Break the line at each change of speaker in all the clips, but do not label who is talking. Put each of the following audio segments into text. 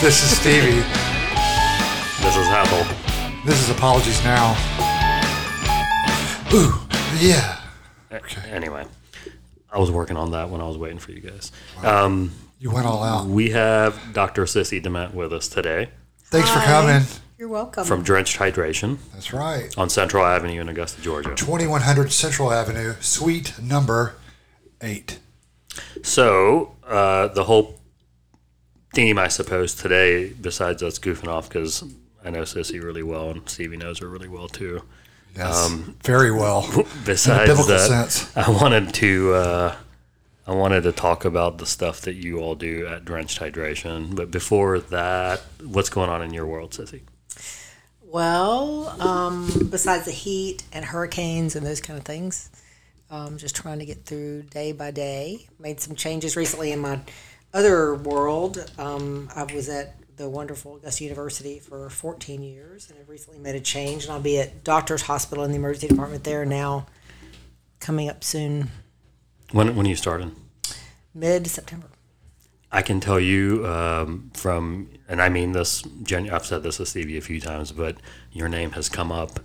This is Stevie.
This is Hethel.
This is Apologies Now. Ooh, yeah.
Anyway, I was working on that when I was waiting for you guys. Um,
You went all out.
we have Dr. Sissy Dement with us today
Thanks for coming.
You're welcome.
from Drenched Hydration
That's right.
on Central Avenue in Augusta, Georgia.
2100 Central Avenue, suite number eight.
So, uh, the whole theme, I suppose, today, besides us goofing off, because I know Sissy really well and Stevie knows her really well too.
Yes.
Um,
Very well.
Besides
biblical
that,
sense.
I wanted to uh, I wanted to talk about the stuff that you all do at Drenched Hydration. But before that, what's going on in your world, Sissy?
well, um, besides the heat and hurricanes and those kind of things, um, just trying to get through day by day. Made some changes recently in my other world. Um, I was at the wonderful Augusta University for 14 years, and I've recently made a change, and I'll be at Doctors Hospital in the emergency department there now, coming up soon,
When when are you starting?
mid September.
I can tell you um, from, and I mean this. Gen- I've said this to Stevie a few times, but your name has come up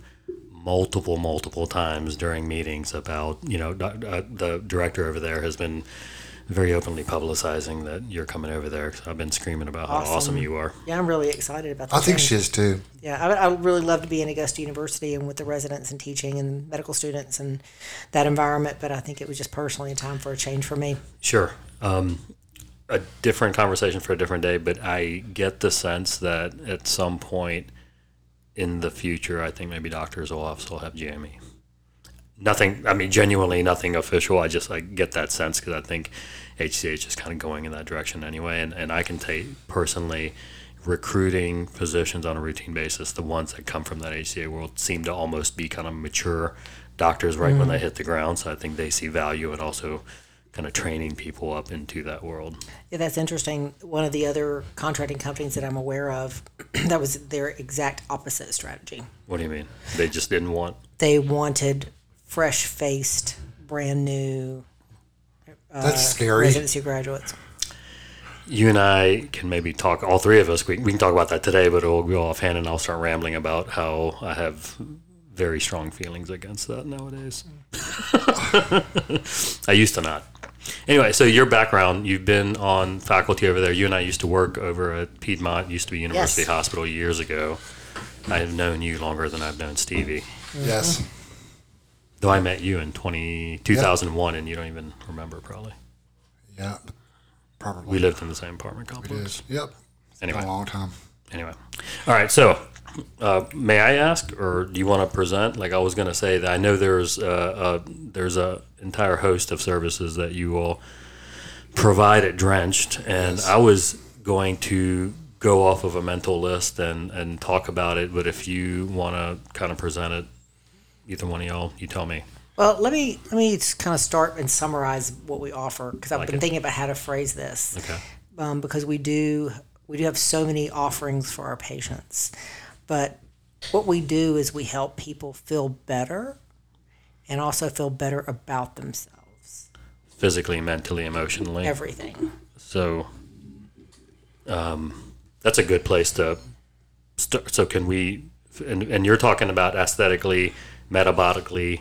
multiple, multiple times during meetings about you know doc- uh, the director over there has been very openly publicizing that you're coming over there. So I've been screaming about how
Awesome.
awesome you are.
Yeah, I'm really excited about that.
I think she is too.
Yeah, I, I would really love to be in Augusta University and with the residents and teaching and medical students and that environment, but I think it was just personally a time for a change for me.
Sure. Um, a different conversation for a different day, but I get the sense that at some point in the future, I think maybe doctors will also have GME. Nothing, I mean, genuinely nothing official. I just I get that sense because I think HCH is kind of going in that direction anyway. And, and I can take personally recruiting physicians on a routine basis, the ones that come from that HCA world seem to almost be kind of mature doctors right when they hit the ground. So I think they see value in also kind of training people up into that world.
Yeah, that's interesting. One of the other contracting companies that I'm aware of, that was their exact opposite strategy.
What do you mean? They just didn't want.
They wanted fresh faced, brand new
That's scary.
residency graduates.
You and I can maybe talk. All three of us. We, we can talk about that today, but it'll go offhand, and I'll start rambling about how I have very strong feelings against that nowadays. I used to not. Anyway, so your background, you've been on faculty over there. You and I used to work over at Piedmont, used to be University
Yes.
Hospital years ago. I have known you longer than I've known Stevie.
Yes.
Though I met you in 20, 2001, and you don't even remember probably.
Yeah. Probably
We lived in the same apartment complex.
is. Yep. Been
Anyway.
A long time.
Anyway, all right. So, uh, may I ask, or do you want to present? Like I was going to say that I know there's a, a there's a entire host of services that you all provide at Drenched, and I was going to go off of a mental list and and talk about it. But if you want to kind of present it, either one of y'all, you tell me.
Well, let me let me just kind of start and summarize what we offer because I've been
it.
thinking about how to phrase this.
Okay.
um, because we do we do have so many offerings for our patients. But what we do is we help people feel better and also feel better about themselves.
Physically, mentally, emotionally.
Everything.
So, um, that's a good place to start. So, can we? And, and you're talking about aesthetically, metabolically,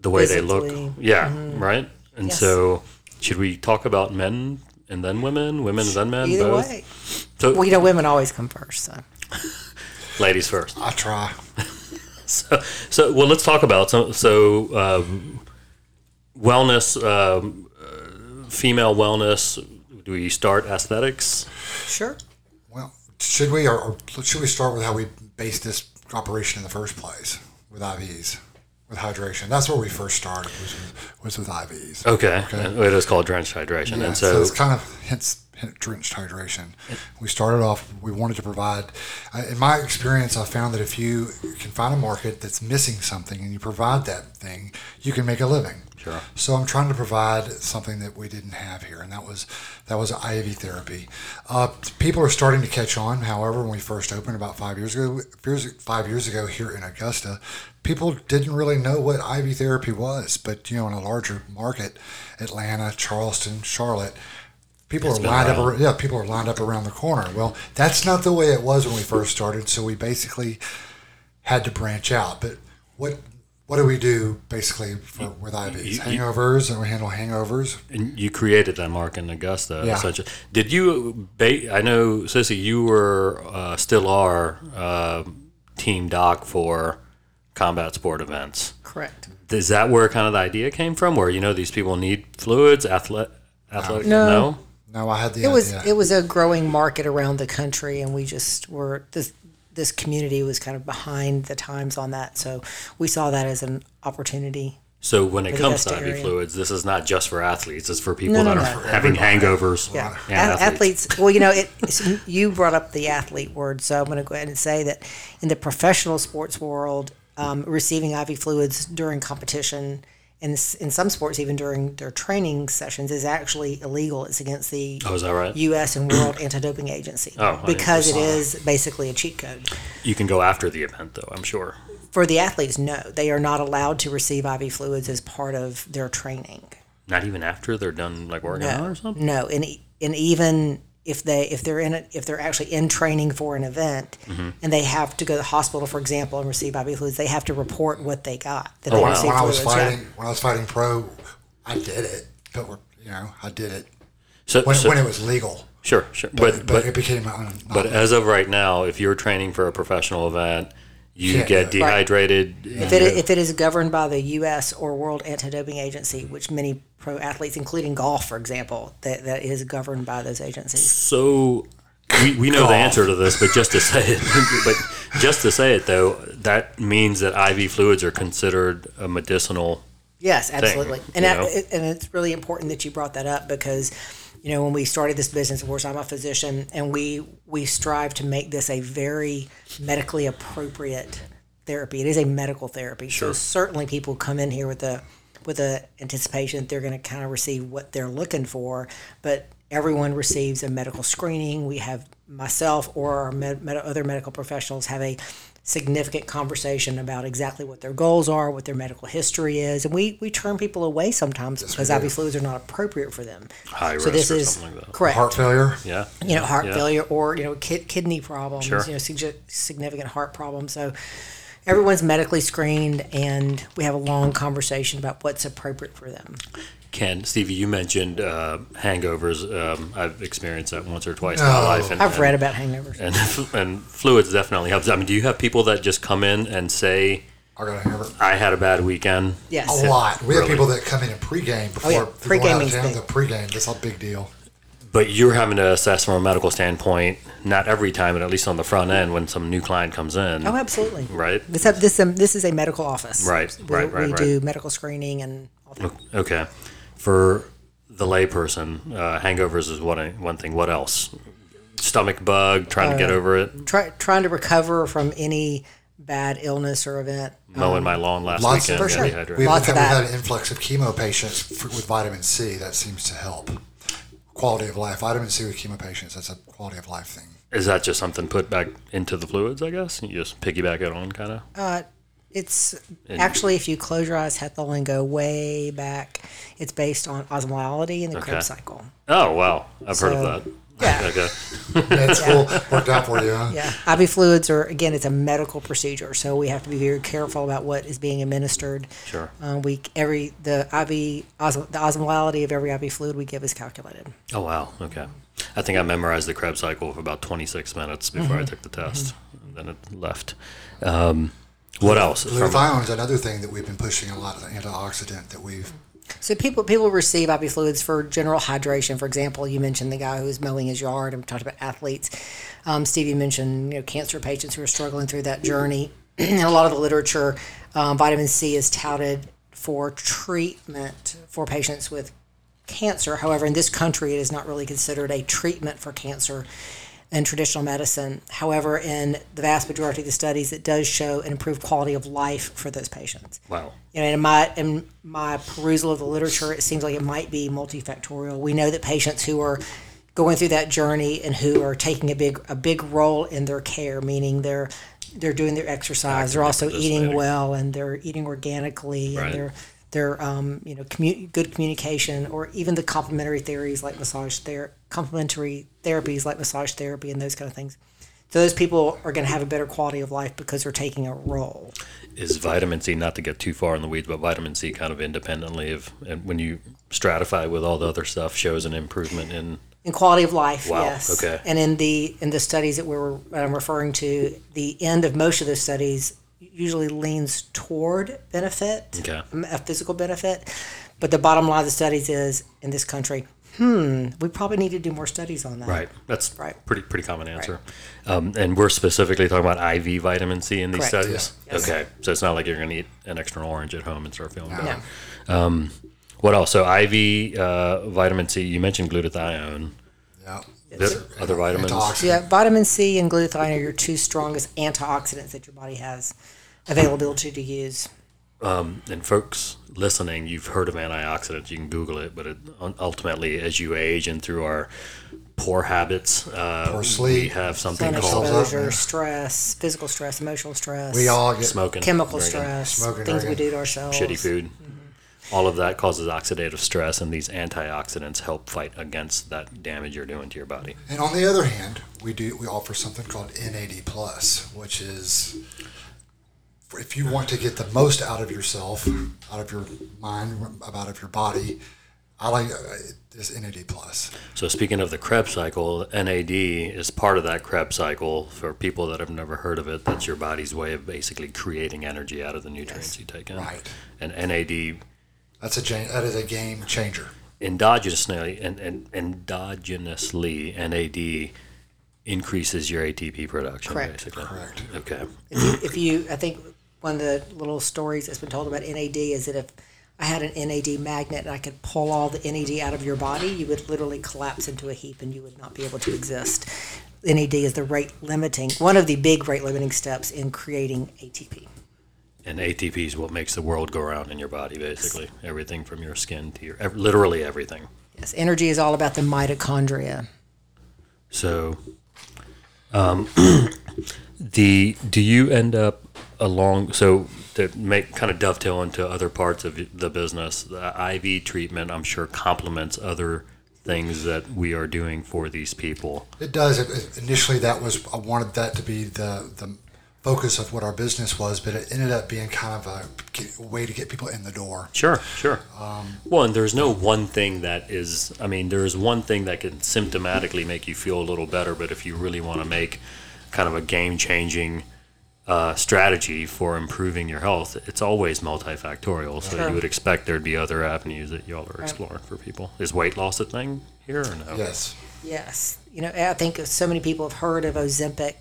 the way they
Physically. Mm-hmm.
look. Yeah, right. And
Yes.
so, should we talk about men and then women, women and then men,
Either
both?
way.
So,
Well, you know, women always come first. So
ladies first.
I try.
So, so well, let's talk about so, so um, wellness, um, uh, female wellness. Do we start aesthetics?
sure.
Well, should we or, or should we start with how we based this operation in the first place with IVs, with hydration? That's where we first started was with, was with IVs.
Okay. And It is called drenched hydration.
Yeah,
and
so,
so,
it's kind of hence, hence drenched hydration. We started off. We wanted to provide. I- In my experience, I found that if you can find a market that's missing something and you provide that thing, you can make a living.
Sure.
So I'm trying to provide something that we didn't have here, and that was that was IV therapy. Uh, people are starting to catch on. However, when we first opened about five years ago, years- five years ago here in Augusta, people didn't really know what IV therapy was. But you know, in a larger market, Atlanta, Charleston, Charlotte, People
It's
are
been
lined up.
around.
ar- Yeah, people are lined up around the corner. Well, that's not the way it was when we first started. So we basically had to branch out. But what what do we do basically for, with IVs?
you-
Hangovers, and we handle hangovers.
And you created that mark in Augusta.
Yeah.
Essentially. Did you? Ba- I know, Sissy, you were uh, still are uh, team doc for combat sport events.
Correct.
Is that where kind of the idea came from? Where you know these people need fluids, athlete, athletic?
No.
No, I had the
It was
idea.
it was a growing market around the country, and we just were this this community was kind of behind the times on that, so we saw that as an opportunity.
So when it comes to
Augusta
IV
area.
fluids, this is not just for athletes. It's for people
No,
that
no,
are
no.
having hangovers.
Yeah,
and
Ath- athletes. Well, you know, it, so you brought up the athlete word, so I'm going to go ahead and say that in the professional sports world, um, receiving IV fluids during competition. And s- in some sports, even during their training sessions, is actually illegal. It's against the
Oh, is that right?
U.S. and World Anti-Doping Agency
Oh, I didn't
because it
know
is basically a cheat code.
You can go after the event, though. I'm sure.
For the athletes, no, they are not allowed to receive IV fluids as part of their training.
Not even after they're done, like working out or something.
No, and e- and even if they if they're in it if they're actually in training for an event
Mm-hmm.
and they have to go to the hospital, for example, and receive IV fluids, they have to report what they got that they
Oh, wow.
received
when I was
fluids. yeah.
fighting. When I was fighting pro, I did it. But we're, you know, I did it
So,
when,
so-
when it was legal.
sure, sure.
But,
But but
it became my own.
but as of right now, if you're training for a professional event, you
Can't
get
do it.
dehydrated.
If it, if it is governed by the U.S. or World Anti-Doping Agency, which many pro athletes, including golf, for example, that, that is governed by those agencies.
so we, we know the answer to this, but just to say it, but just to say it though, that means that IV fluids are considered a medicinal.
Yes, absolutely. and
you
that,
know?
it- and it's really important that you brought that up because you know when we started this business, of course, I'm a physician, and we we strive to make this a very medically appropriate therapy. It is a medical therapy, so certainly people come in here with a with a anticipation that they're going to kind of receive what they're looking for, but everyone receives a medical screening. We have myself or our med, med, other medical professionals have a significant conversation about exactly what their goals are, what their medical history is, and we we turn people away sometimes because IV fluids are not appropriate for them.
High
so
risk
this
or
is
something like that.
correct.
heart failure.
Yeah.
you know, heart
Yeah.
failure or you know ki- kidney problems,
Sure.
you know, sig- significant heart problems. So. Everyone's medically screened, and we have a long conversation about what's appropriate for them.
Ken, Stevie, you mentioned uh, hangovers. Um, I've experienced that once or twice
Oh.
in my life. And,
I've
and-
read about hangovers.
and, and fluids definitely helps. I mean, do you have people that just come in and say,
I got to have it.
"I had a bad weekend"?
Yes.
A lot. We
Really?
have people that come in and pregame before
Oh, yeah.
they're going out of
Pregaming's
town.
big.
The pregame. That's a big deal.
But you're having to assess from a medical standpoint, not every time, but at least on the front end when some new client comes in,
Oh, absolutely.
right?
This have this um, this is a medical office.
Right,
We-
right, right,
We
right.
do medical screening and all that.
Okay, for the layperson, uh, hangovers is one one thing. What else? Stomach bug, trying
Uh,
to get over it.
Try, trying to recover from any bad illness or event.
Mowing
um,
my lawn last
Lots
weekend.
of
got
sure.
dehydrated.
We've,
Lots of
we've had
that.
an influx of chemo patients for, with vitamin C. That seems to help. Quality of life. Vitamin C with chemo patients. That's a quality of life thing.
Is that just something put back into the fluids? I guess you just piggyback it on, kind of.
Uh, It's actually if you close your eyes, Hethel, and go way back, it's based on osmolality and the
Okay.
Krebs cycle.
oh wow, I've heard of
So-
that.
Yeah,
Okay,
Yeah, it's cool. Worked out for you. Huh?
yeah. IV fluids are again, it's a medical procedure, so we have to be very careful about what is being administered.
sure.
Uh, we every the IV osmo, the osmolality of every IV fluid we give is calculated.
Oh wow, okay. I think I memorized the Krebs cycle for about 26 minutes before
Mm-hmm.
I took the test, and then it left. Um, what else? From-
Glutathione's another thing that we've been pushing a lot of the antioxidant that we've
So people people receive IV fluids for general hydration. For example, you mentioned the guy who's mowing his yard, and we talked about athletes. Um, Stevie mentioned you know cancer patients who are struggling through that journey. and a lot of the literature, um, vitamin C is touted for treatment for patients with cancer. However, in this country, it is not really considered a treatment for cancer in traditional medicine. However, in the vast majority of the studies, it does show an improved quality of life for those patients
wow.
you know, in my in my perusal of the literature, it seems like it might be multifactorial. We know that patients who are going through that journey and who are taking a big a big role in their care, meaning they're they're doing their exercise, they're also eating
participating.
well, and they're eating organically,
Right.
and they're their um, you know commu- good communication, or even the complementary theories like massage ther- complementary therapies like massage therapy and those kind of things. So those people are going to have a better quality of life because they're taking a role.
Is vitamin C not to get too far in the weeds, but vitamin C kind of independently of and when you stratify with all the other stuff shows an improvement in
in quality of life.
Wow,
Yes.
okay.
And in the in the studies that we're I'm referring to, the end of most of those studies usually leans toward benefit,
Okay.
m- a physical benefit. But the bottom line of the studies is in this country, hmm, we probably need to do more studies on that.
Right. That's
Right.
pretty pretty common answer. Um, and we're specifically talking about IV vitamin C in these
Correct.
studies.
Yeah. Yes.
Okay. So it's not like you're going to eat an extra orange at home and start feeling better.
No.
What else? So IV uh, vitamin C. You mentioned glutathione.
Yeah.
The other vitamins.
Antioxidant.
Yeah, vitamin C and glutathione are your two strongest antioxidants that your body has availability to use.
And folks listening, you've heard of antioxidants. You can Google it, but it, ultimately, as you age and through our poor habits, uh,
Poor
we
sleep.
have something
Sun
called
up, yeah.
exposure, stress, physical stress, emotional stress,
We all get
smoking,
chemical
drinking,
stress, Mm-hmm.
Smoking,
things we
drinking,
do to ourselves.
shitty food. All of that causes oxidative stress, and these antioxidants help fight against that damage you're doing to your body.
And on the other hand, we do we offer something called NAD plus, which is if you want to get the most out of yourself, out of your mind, out of your body. I like uh, this NAD plus.
So, speaking of the Krebs cycle, NAD is part of that Krebs cycle. For people that have never heard of it, that's your body's way of basically creating energy out of the nutrients you take in.
Right.
And NAD
That's a gen- that is a game changer.
endogenously and, and endogenously NAD increases your ATP production.
Correct.
Basically.
Correct.
Okay.
if you, I think one of the little stories that's been told about NAD is that if I had an NAD magnet and I could pull all the NAD out of your body, you would literally collapse into a heap and you would not be able to exist. NAD is the rate limiting, one of the big rate limiting steps in creating ATP.
And ATP is what makes the world go round in your body. Basically, everything from your skin to your ev- literally everything.
Yes, energy is all about the mitochondria.
So, um, the do you end up along so to make kind of dovetail into other parts of the business? The IV treatment, I'm sure, complements other things that we are doing for these people.
It does. It- It, initially, that was I wanted that to be the the focus of what our business was, but it ended up being kind of a get- way to get people in the door.
Sure, sure. well, and there's no one thing that is, I mean, there's one thing that can symptomatically make you feel a little better, but if you really want to make kind of a game changing uh, strategy for improving your health, it's always multifactorial. So
Sure.
you would expect there'd be other avenues that y'all are exploring for people. Is weight loss a thing here or no?
Yes.
Yes, you know, I think so many people have heard of Ozempic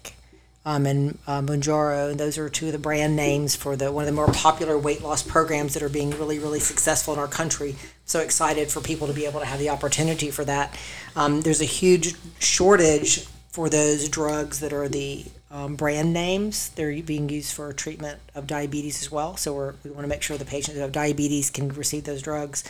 um, and uh, Mounjaro, and those are two of the brand names for the one of the more popular weight loss programs that are being really, really successful in our country. So excited for people to be able to have the opportunity for that. Um, there's a huge shortage for those drugs that are the um, brand names. They're being used for treatment of diabetes as well. So we're, we want to make sure the patients who have diabetes can receive those drugs.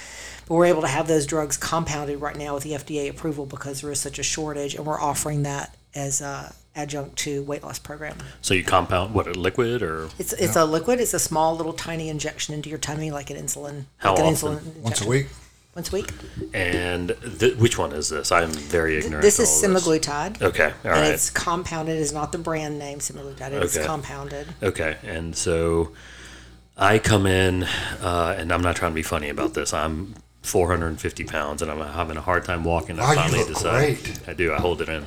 But we're able to have those drugs compounded right now with the FDA approval because there is such a shortage, and we're offering that as a adjunct to weight loss program.
So you compound what, a liquid or
It's it's a liquid. It's a small little tiny injection into your tummy, like an insulin.
How
like an
often?
Insulin
Once a
injection.
week.
Once a week.
and th- which one is this? I'm very ignorant.
This
to
is
all this.
semaglutide.
Okay, all
and
right.
it's compounded. It's not the brand name semaglutide. It's
Okay.
compounded.
Okay, and so I come in, uh, and I'm not trying to be funny about this. I'm 450 pounds, and I'm having a hard time walking. I
Wow, you
finally
look
decide.
great.
I do. I hold it in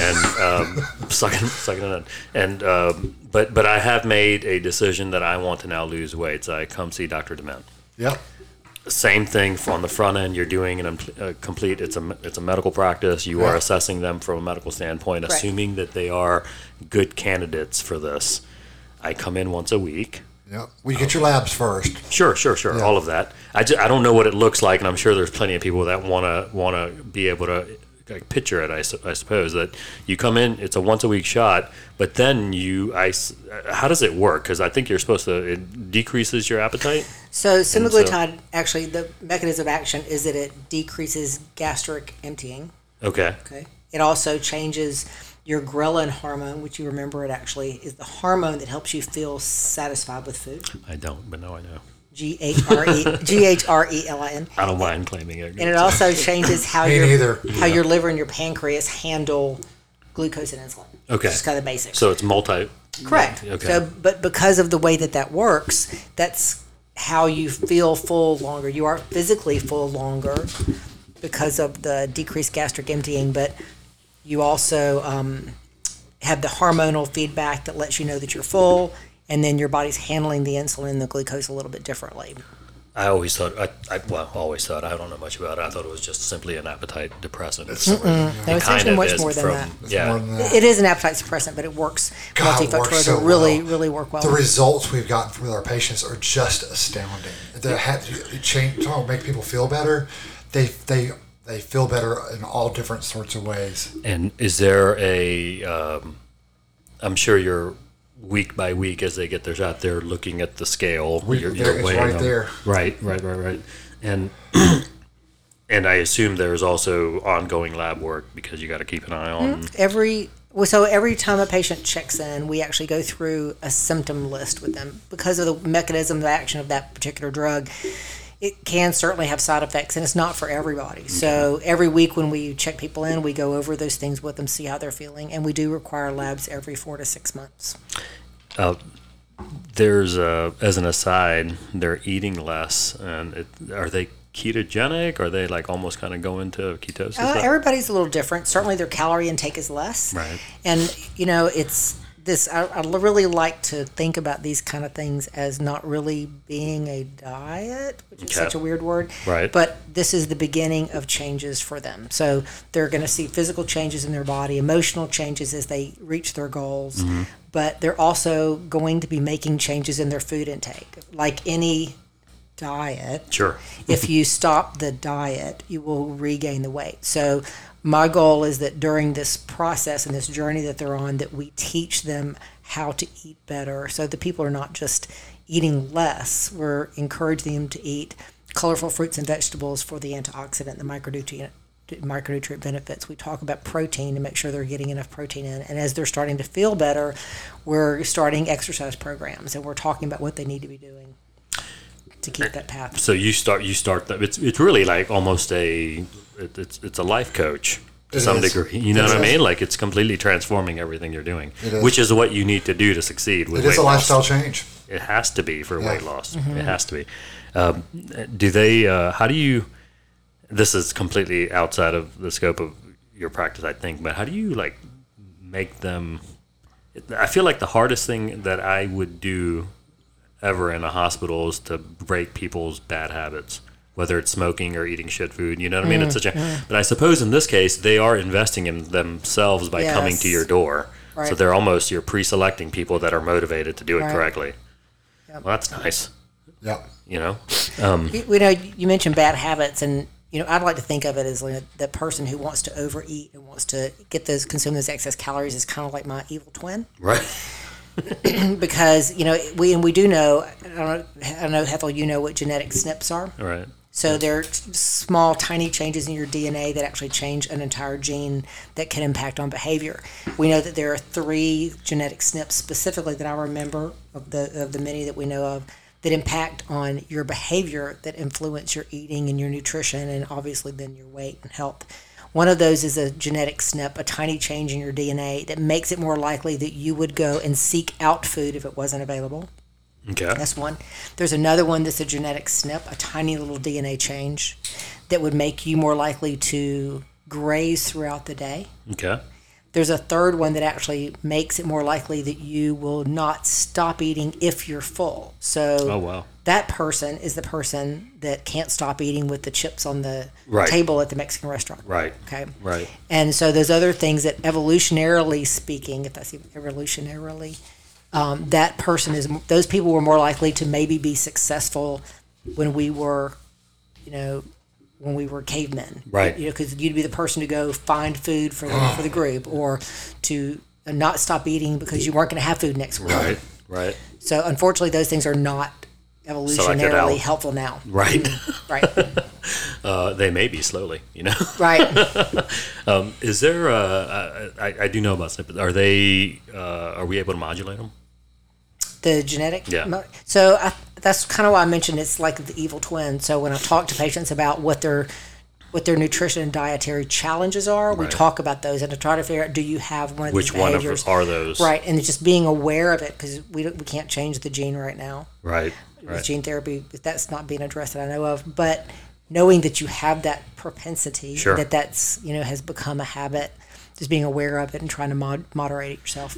and um, sucking, sucking it in. And um, but but I have made a decision that I want to now lose weight. So I come see Dr. Dement
Yep.
same thing for- on the front end. You're doing an impl- uh, complete. It's a it's a medical practice. You are
Yeah.
assessing them from a medical standpoint,
Correct.
assuming that they are good candidates for this. I come in once a week.
Yep. Well, you get your labs first.
Sure, sure, sure. All of that. I, ju- I don't know what it looks like, and I'm sure there's plenty of people that wanna wanna be able to like, picture it. I, su- I suppose that you come in, it's a once a week shot, but then you I s- uh, how does it work? Because I think you're supposed to it decreases your appetite.
So semaglutide actually the mechanism of action is that it decreases gastric emptying.
Okay.
Okay. It also changes your ghrelin hormone, which you remember it actually is the hormone that helps you feel satisfied with food.
I don't, but now I know.
G H R E G H R E L I N.
I don't mind claiming it.
And it also changes how
Me
your
neither.
how your liver and your pancreas handle glucose and insulin.
Okay.
It's kind of basic.
so it's multi.
Correct.
Okay.
So, but because of the way that that works, that's how you feel full longer. You are physically full longer because of the decreased gastric emptying, but you also um, have the hormonal feedback that lets you know that you're full, and then your body's handling the insulin and the glucose a little bit differently.
I always thought. I, I well, always thought. I don't know much about it. I thought it was just simply an appetite depressant. It
No, it's actually much
is
more than
from-
that.
Yeah.
More than that.
It is an appetite suppressant, but it works
God, it
multifactorial.
works so
to really,
well.
really work well.
The results we've gotten from our patients are just astounding. They have it change, talk about make people feel better. They they they feel better in all different sorts of ways.
And is there a? Um, I'm sure you're week by week as they get their shot. They're looking at the scale.
We-
you're,
there- it's
weighing
right
them.
there.
Right, right, right, right. And and I assume there's also ongoing lab work because you got to keep an eye
Mm-hmm.
on.
every well, so every time a patient checks in, we actually go through a symptom list with them because of the mechanism of action of that particular drug. It can certainly have side effects, and it's not for everybody. So every week when we check people in, we go over those things with them, see how they're feeling, and we do require labs every four to six months.
There's a, as an aside, they're eating less, and it, are they ketogenic? Are they like almost kind of going to ketosis?
Uh, everybody's a little different. Certainly, their calorie intake is less.
Right.
And you know, it's this. I, I really like to think about these kind of things as not really being a diet, which is
Okay.
such a weird word.
Right.
But this is the beginning of changes for them. So they're going to see physical changes in their body, emotional changes as they reach their goals.
Mm-hmm.
But they're also going to be making changes in their food intake, like any diet
sure.
if you stop the diet, you will regain the weight. So my goal is that during this process and this journey that they're on, that we teach them how to eat better, so that people are not just eating less. We're encouraging them to eat colorful fruits and vegetables for the antioxidant, the micronutrient micronutrient benefits. We talk about protein to make sure they're getting enough protein in. And as they're starting to feel better, we're starting exercise programs and we're talking about what they need to be doing to keep that path.
So you start you start that. It's it's really like almost a it, it's it's a life coach to
It
some
is.
degree. You know
It
what I
is.
mean? Like it's completely transforming everything you're doing,
is.
which is what you need to do to succeed with
It is
weight
a
loss.
lifestyle change.
It has to be for weight loss. It has to be. Um, do they? Uh, how do you? This is completely outside of the scope of your practice, I think. But how do you like make them? I feel like the hardest thing that I would do ever in a hospital is to break people's bad habits, whether it's smoking or eating shit food. You know what I mean? it's such a. But I suppose in this case, they are investing in themselves by coming to
Yes.
your door. So
Right.
they're almost you're pre-selecting people that are motivated to do it
Right.
correctly. Well, that's nice.
Yep.
You know,
You, you know, you mentioned bad habits, and you know, I'd like to think of it as like the person who wants to overeat and wants to get those consume those excess calories is kind of like my evil twin
right?
because you know we and we do know I don't know, I don't know Hethel, you know what genetic SNPs are.
All right.
So there are small, tiny changes in your DNA that actually change an entire gene that can impact on behavior. We know that there are three genetic SNPs specifically that I remember of the of the many that we know of that impact on your behavior that influence your eating and your nutrition and obviously then your weight and health. One of those is a genetic SNP, a tiny change in your DNA that makes it more likely that you would go and seek out food if it wasn't available.
Okay.
That's one. There's another one that's a genetic SNP, a tiny little DNA change that would make you more likely to graze throughout the day.
Okay.
There's a third one that actually makes it more likely that you will not stop eating if you're full. So
Oh wow.
that person is the person that can't stop eating with the chips on the
Right.
table at the Mexican restaurant.
Right.
Okay.
Right.
And so those other things that evolutionarily speaking, if that's even evolutionarily, um, that person is those people were more likely to maybe be successful when we were, you know, when we were cavemen,
Right.
You know, because you'd be the person to go find food for the, for the group or to not stop eating because you weren't going to have food next week.
Right. Right.
So unfortunately, those things are not evolutionarily
out.
helpful now.
Right.
Right.
Uh, they may be slowly. You know.
right.
Is there? Uh, I, I do know about snippets. Are they? Uh, are we able to modulate them?
the genetic.
Yeah.
mo- So I, that's kind of why I mentioned it's like the evil twin. So when I talk to patients about what their what their nutrition and dietary challenges are, we
Right.
talk about those and to try to figure out do you have one of
Which
these
one of
behaviors?
us are those?
Right, and it's just being aware of it because we don't, we can't change the gene right now
Right.
with
Right.
gene therapy. That's not being addressed that I know of, but knowing that you have that propensity,
Sure.
that that's you know has become a habit, just being aware of it and trying to mod- moderate it yourself.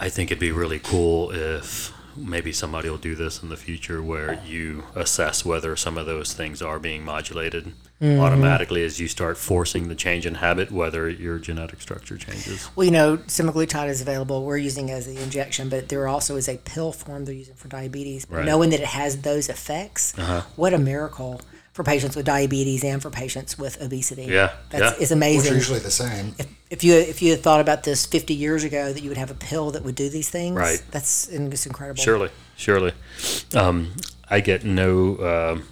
I think it'd be really cool if maybe somebody will do this in the future where you assess whether some of those things are being modulated
Mm-hmm.
automatically as you start forcing the change in habit, whether your genetic structure changes.
Well, you know, semaglutide is available. We're using it as the injection, but there also is a pill form they're using for diabetes. But
Right. Uh-huh.
knowing that it has those effects, what a miracle for patients with diabetes and for patients with obesity.
Yeah,
that's
yeah.
it's
Which are
amazing.
usually the same.
If you if you had thought about this 50 years ago, that you would have a pill that would do these things,
Right.
That's and it's incredible.
Surely, surely. Um, I get no um,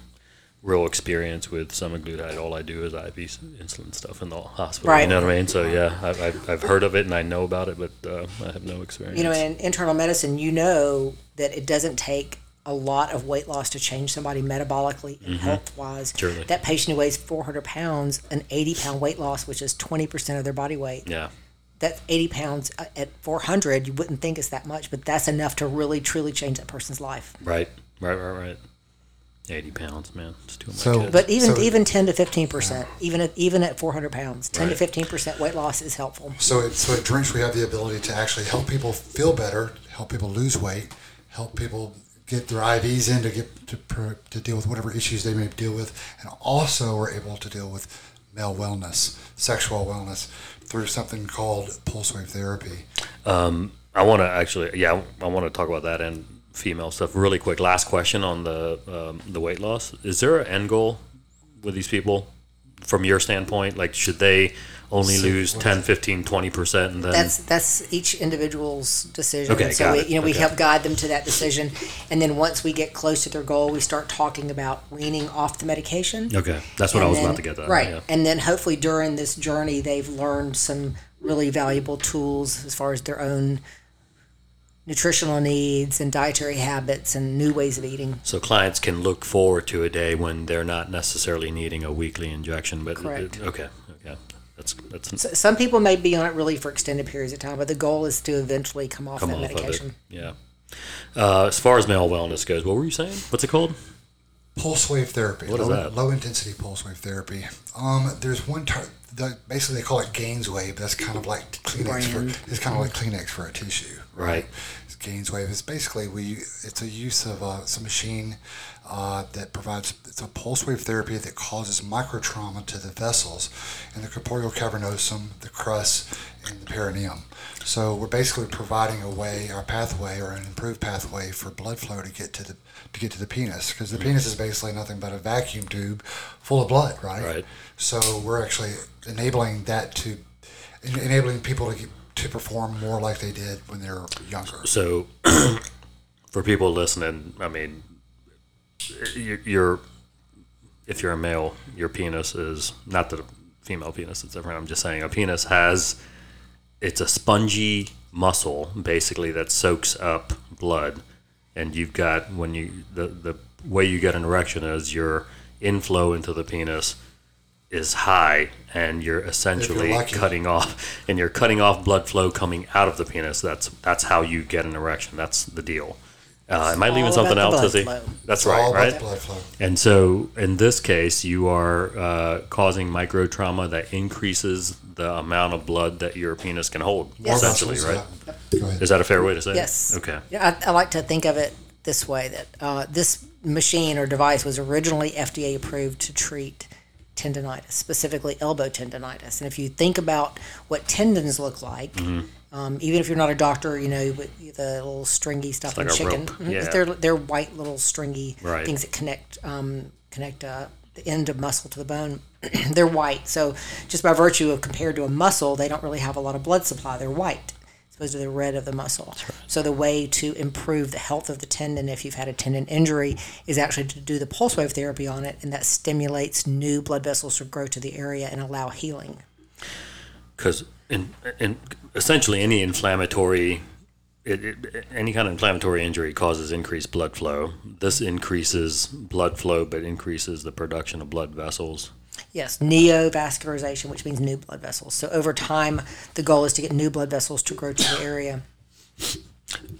real experience with semaglutide. All I do is IV s- insulin stuff in the hospital. You
Right.
know what I mean? So, yeah, I, I've, I've heard of it and I know about it, but uh, I have no experience.
you know in internal medicine you know that it doesn't take a lot of weight loss to change somebody metabolically
Mm-hmm.
and health wise
Surely.
that patient who weighs 400 pounds an 80 pound weight loss which is 20% of their body weight
yeah.
that's 80 pounds uh, at 400 you wouldn't think it's that much but that's enough to really truly change that person's life
Right, right, right, right. Eighty pounds, man. It's too much.
So-
kids.
but even
So-
even 10 to 15% even at even at 400 pounds 10
Right.
to 15% weight loss is helpful
So it, so at Drinks, we have the ability to actually help people feel better, help people lose weight, help people get their IVs in to get to, pro- to deal with whatever issues they may deal with, and also we're able to deal with male wellness, sexual wellness through something called pulse wave therapy.
Um, I want to actually, yeah, I want to talk about that and female stuff really quick. Last question on the um, the weight loss: Is there an end goal with these people? From your standpoint, like should they only lose 10, 15, 20 percent, and then
That's that's each individual's decision.
Okay,
And so
got
we,
it.
you know we
Okay.
help guide them to that decision, and then once we get close to their goal, we start talking about weaning off the medication.
okay, that's what I
And
was
then-
about to get at.
Right,
yeah.
and then hopefully during this journey, they've learned some really valuable tools as far as their own nutritional needs and dietary habits and new ways of eating.
So clients can look forward to a day when they're not necessarily needing a weekly injection, but
Correct.
okay, okay, that's that's
So some people may be on it really for extended periods of time, but the goal is to eventually come off
come
that
off
medication.
of it. Yeah. Uh, as far as male wellness goes, what were you saying? What's it called?
Pulse wave therapy.
What is
low,
that?
Low intensity pulse wave therapy. Um, there's one type. that- Basically, they call it Gaines wave. That's kind of like Kleenex
Brand.
for it's kind of like Kleenex for a tissue,
Right.
It's Gaines wave is basically we it's a use of uh, it's a machine uh, that provides it's a pulse wave therapy that causes microtrauma to the vessels in the corporeal cavernosum, the crust, and the perineum. So we're basically providing a way, or pathway, or an improved pathway for blood flow to get to the to get to the penis because the
Mm-hmm.
penis is basically nothing but a vacuum tube full of blood, right?
Right.
So we're actually enabling that to en- enabling people to get, to perform more like they did when they were younger.
So, for people listening, I mean, you- you're if you're a male, your penis is not the female penis. It's different. I'm just saying a penis has it's a spongy muscle basically that soaks up blood, and you've got when you the the way you get an erection is your inflow into the penis is high and you're essentially
lucky.
cutting off and you're cutting off blood flow coming out of the penis that's that's how you get an erection that's the deal uh, am i leaving
all
something
about the
out
blood
Tizzy?
flow.
that's
It's
right
all
right
about the blood flow.
and so, in this case, you are uh, causing micro trauma that increases the amount of blood that your penis can hold,
Yes.
essentially, right?
Go ahead.
Is that a fair way to say it?
Yes.
Okay.
Yeah, I, I like to think of it this way that uh, this machine or device was originally FDA approved to treat tendonitis, specifically elbow tendonitis. And if you think about what tendons look like,
Mm-hmm.
um, even if you're not a doctor, you know, with the little stringy stuff in
like a
chicken,
rope.
Mhm.
Yeah.
they're, they're white little stringy
Right.
things that connect um, connect uh, the end of muscle to the bone. they're white. So just by virtue of compared to a muscle, they don't really have a lot of blood supply. They're white. as opposed to the red of the muscle. So the way to improve the health of the tendon if you've had a tendon injury is actually to do the pulse wave therapy on it and that stimulates new blood vessels to grow to the area and allow healing.
Because in, in essentially any inflammatory it, it, any kind of inflammatory injury causes increased blood flow. This increases blood flow, but increases the production of blood vessels.
Yes, neovascularization, which means new blood vessels. So over time, the goal is to get new blood vessels to grow to the area.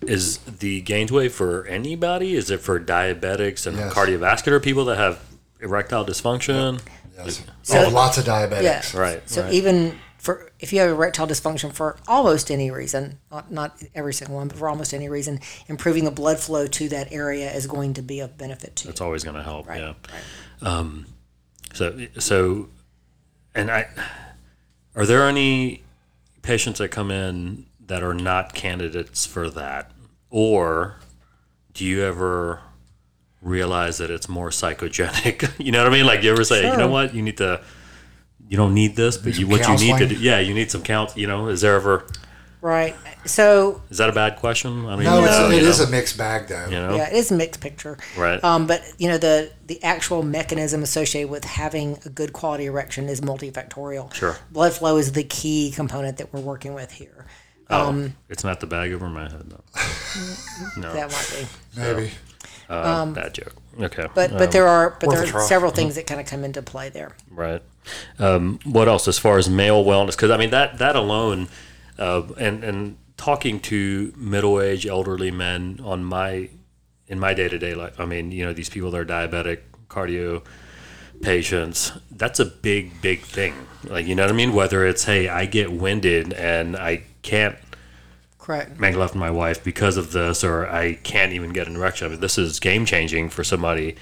Is the Gainsway for anybody? Is it for diabetics and
Yes.
cardiovascular people that have erectile dysfunction?
Yes.
So-
oh, lots of diabetics.
Yeah.
Right.
So
right.
even for if you have erectile dysfunction for almost any reason, not, not every single one, but for almost any reason, improving the blood flow to that area is going to be of benefit to you.
it's always going to help. Yeah. Um,
right.
So so, and I, are there any patients that come in that are not candidates for that, or do you ever realize that it's more psychogenic? you know what I mean? Like you ever say, you
Sure.
know what, you need to. You don't need this, but you, what you need to do,
counseling?
yeah, you need some count. You know, is there ever
Right. So
is that a bad question? I mean,
No, it's,
no,
it
you
is
know,
a mixed bag, though.
you know,
yeah, it is a mixed picture.
Right.
Um, but you know the the actual mechanism associated with having a good quality erection is multifactorial.
Sure.
Blood flow is the key component that we're working with here.
Oh,
um,
it's not the bag over my head though. no,
That might be.
Maybe.
uh, bad joke. Okay,
um,
Um,
But but there are but
worth
there
a
are
try.
several things
Mm-hmm.
that kind of come into play there.
Right. Um, what else as far as male wellness? Because I mean that that alone, uh, and and talking to middle aged elderly men on my in my day to day life. I mean, you know, these people that are diabetic, cardio patients. That's a big big thing. Like you know what I mean. Whether it's hey, I get winded and I can't
Correct.
make love with my wife because of this, or I can't even get an erection. I mean, this is game changing for somebody.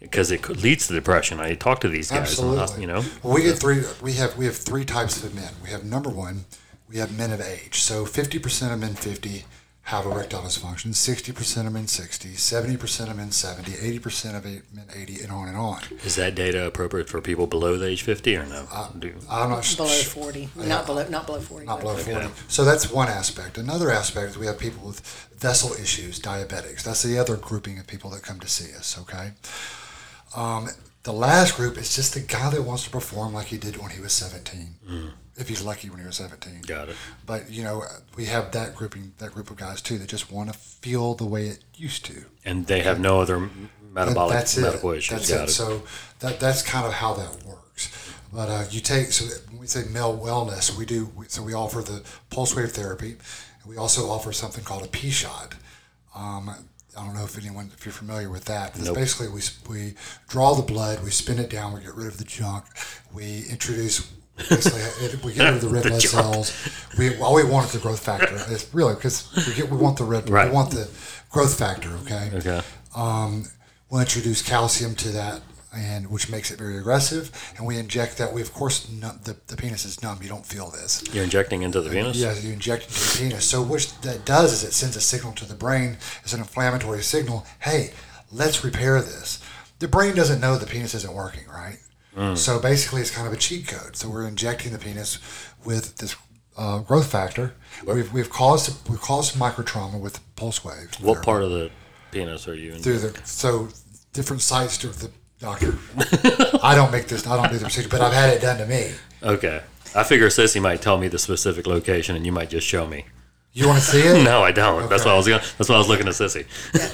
Because it leads to depression. I talk to these guys,
Absolutely.
you know.
Well, we get three. We have we have three types of men. We have number one. We have men of age. So fifty percent of men fifty have erectile dysfunction. Sixty percent of men sixty. Seventy percent of men seventy. Eighty percent of men eighty, and on and on.
Is that data appropriate for people below the age 50 or no? Do-
I'm not sure.
Below forty. Not below not below forty.
Not
but-
below 40. So that's one aspect. Another aspect is we have people with vessel issues, diabetics. That's the other grouping of people that come to see us, okay? Um, the last group is just the guy that wants to perform like he did when he was 17. If he's lucky when he was 17.
Mm. Got it.
But, you know, we have that grouping, that group of guys too, that just want to feel the way it used to.
And they have no other m- metabolic
That's it.
medical issues.
That's
Got
it.
it.
So that that's kind of how that works. But uh, you take so when we say male wellness, we do we- so we offer the pulse wave therapy. We also offer something called a P shot. Um, I don't know if anyone if you're familiar with that. But it's
Nope.
Basically, we s- we draw the blood, we spin it down, we get rid of the junk, we introduce. Basically, it- we get rid of the red blood
junk.
cells. We all we want is the growth factor. It's really because we get we want the red
Right.
we want the growth factor. Okay
okay.
we'll introduce calcium to that and which makes it very aggressive and we inject that we of course numb, the, the penis is numb you don't feel this
You're injecting into the venous?
yeah you inject it to the penis so what that does is it sends a signal to the brain it's an inflammatory signal hey let's repair this the brain doesn't know the penis isn't working right so basically it's kind of a cheat code so we're injecting the penis with this uh, growth factor we've, we've caused we've caused microtrauma with pulse wave
What
therapy
part of the penis are you in?
through the so different sites to the doctor. I don't make this. I don't do the procedure, but I've had it done to me.
Okay. I figure Sissy might tell me the specific location and you might just show me.
You want to see it?
No, I don't. That's why I was gonna, that's why I was looking at Sissy.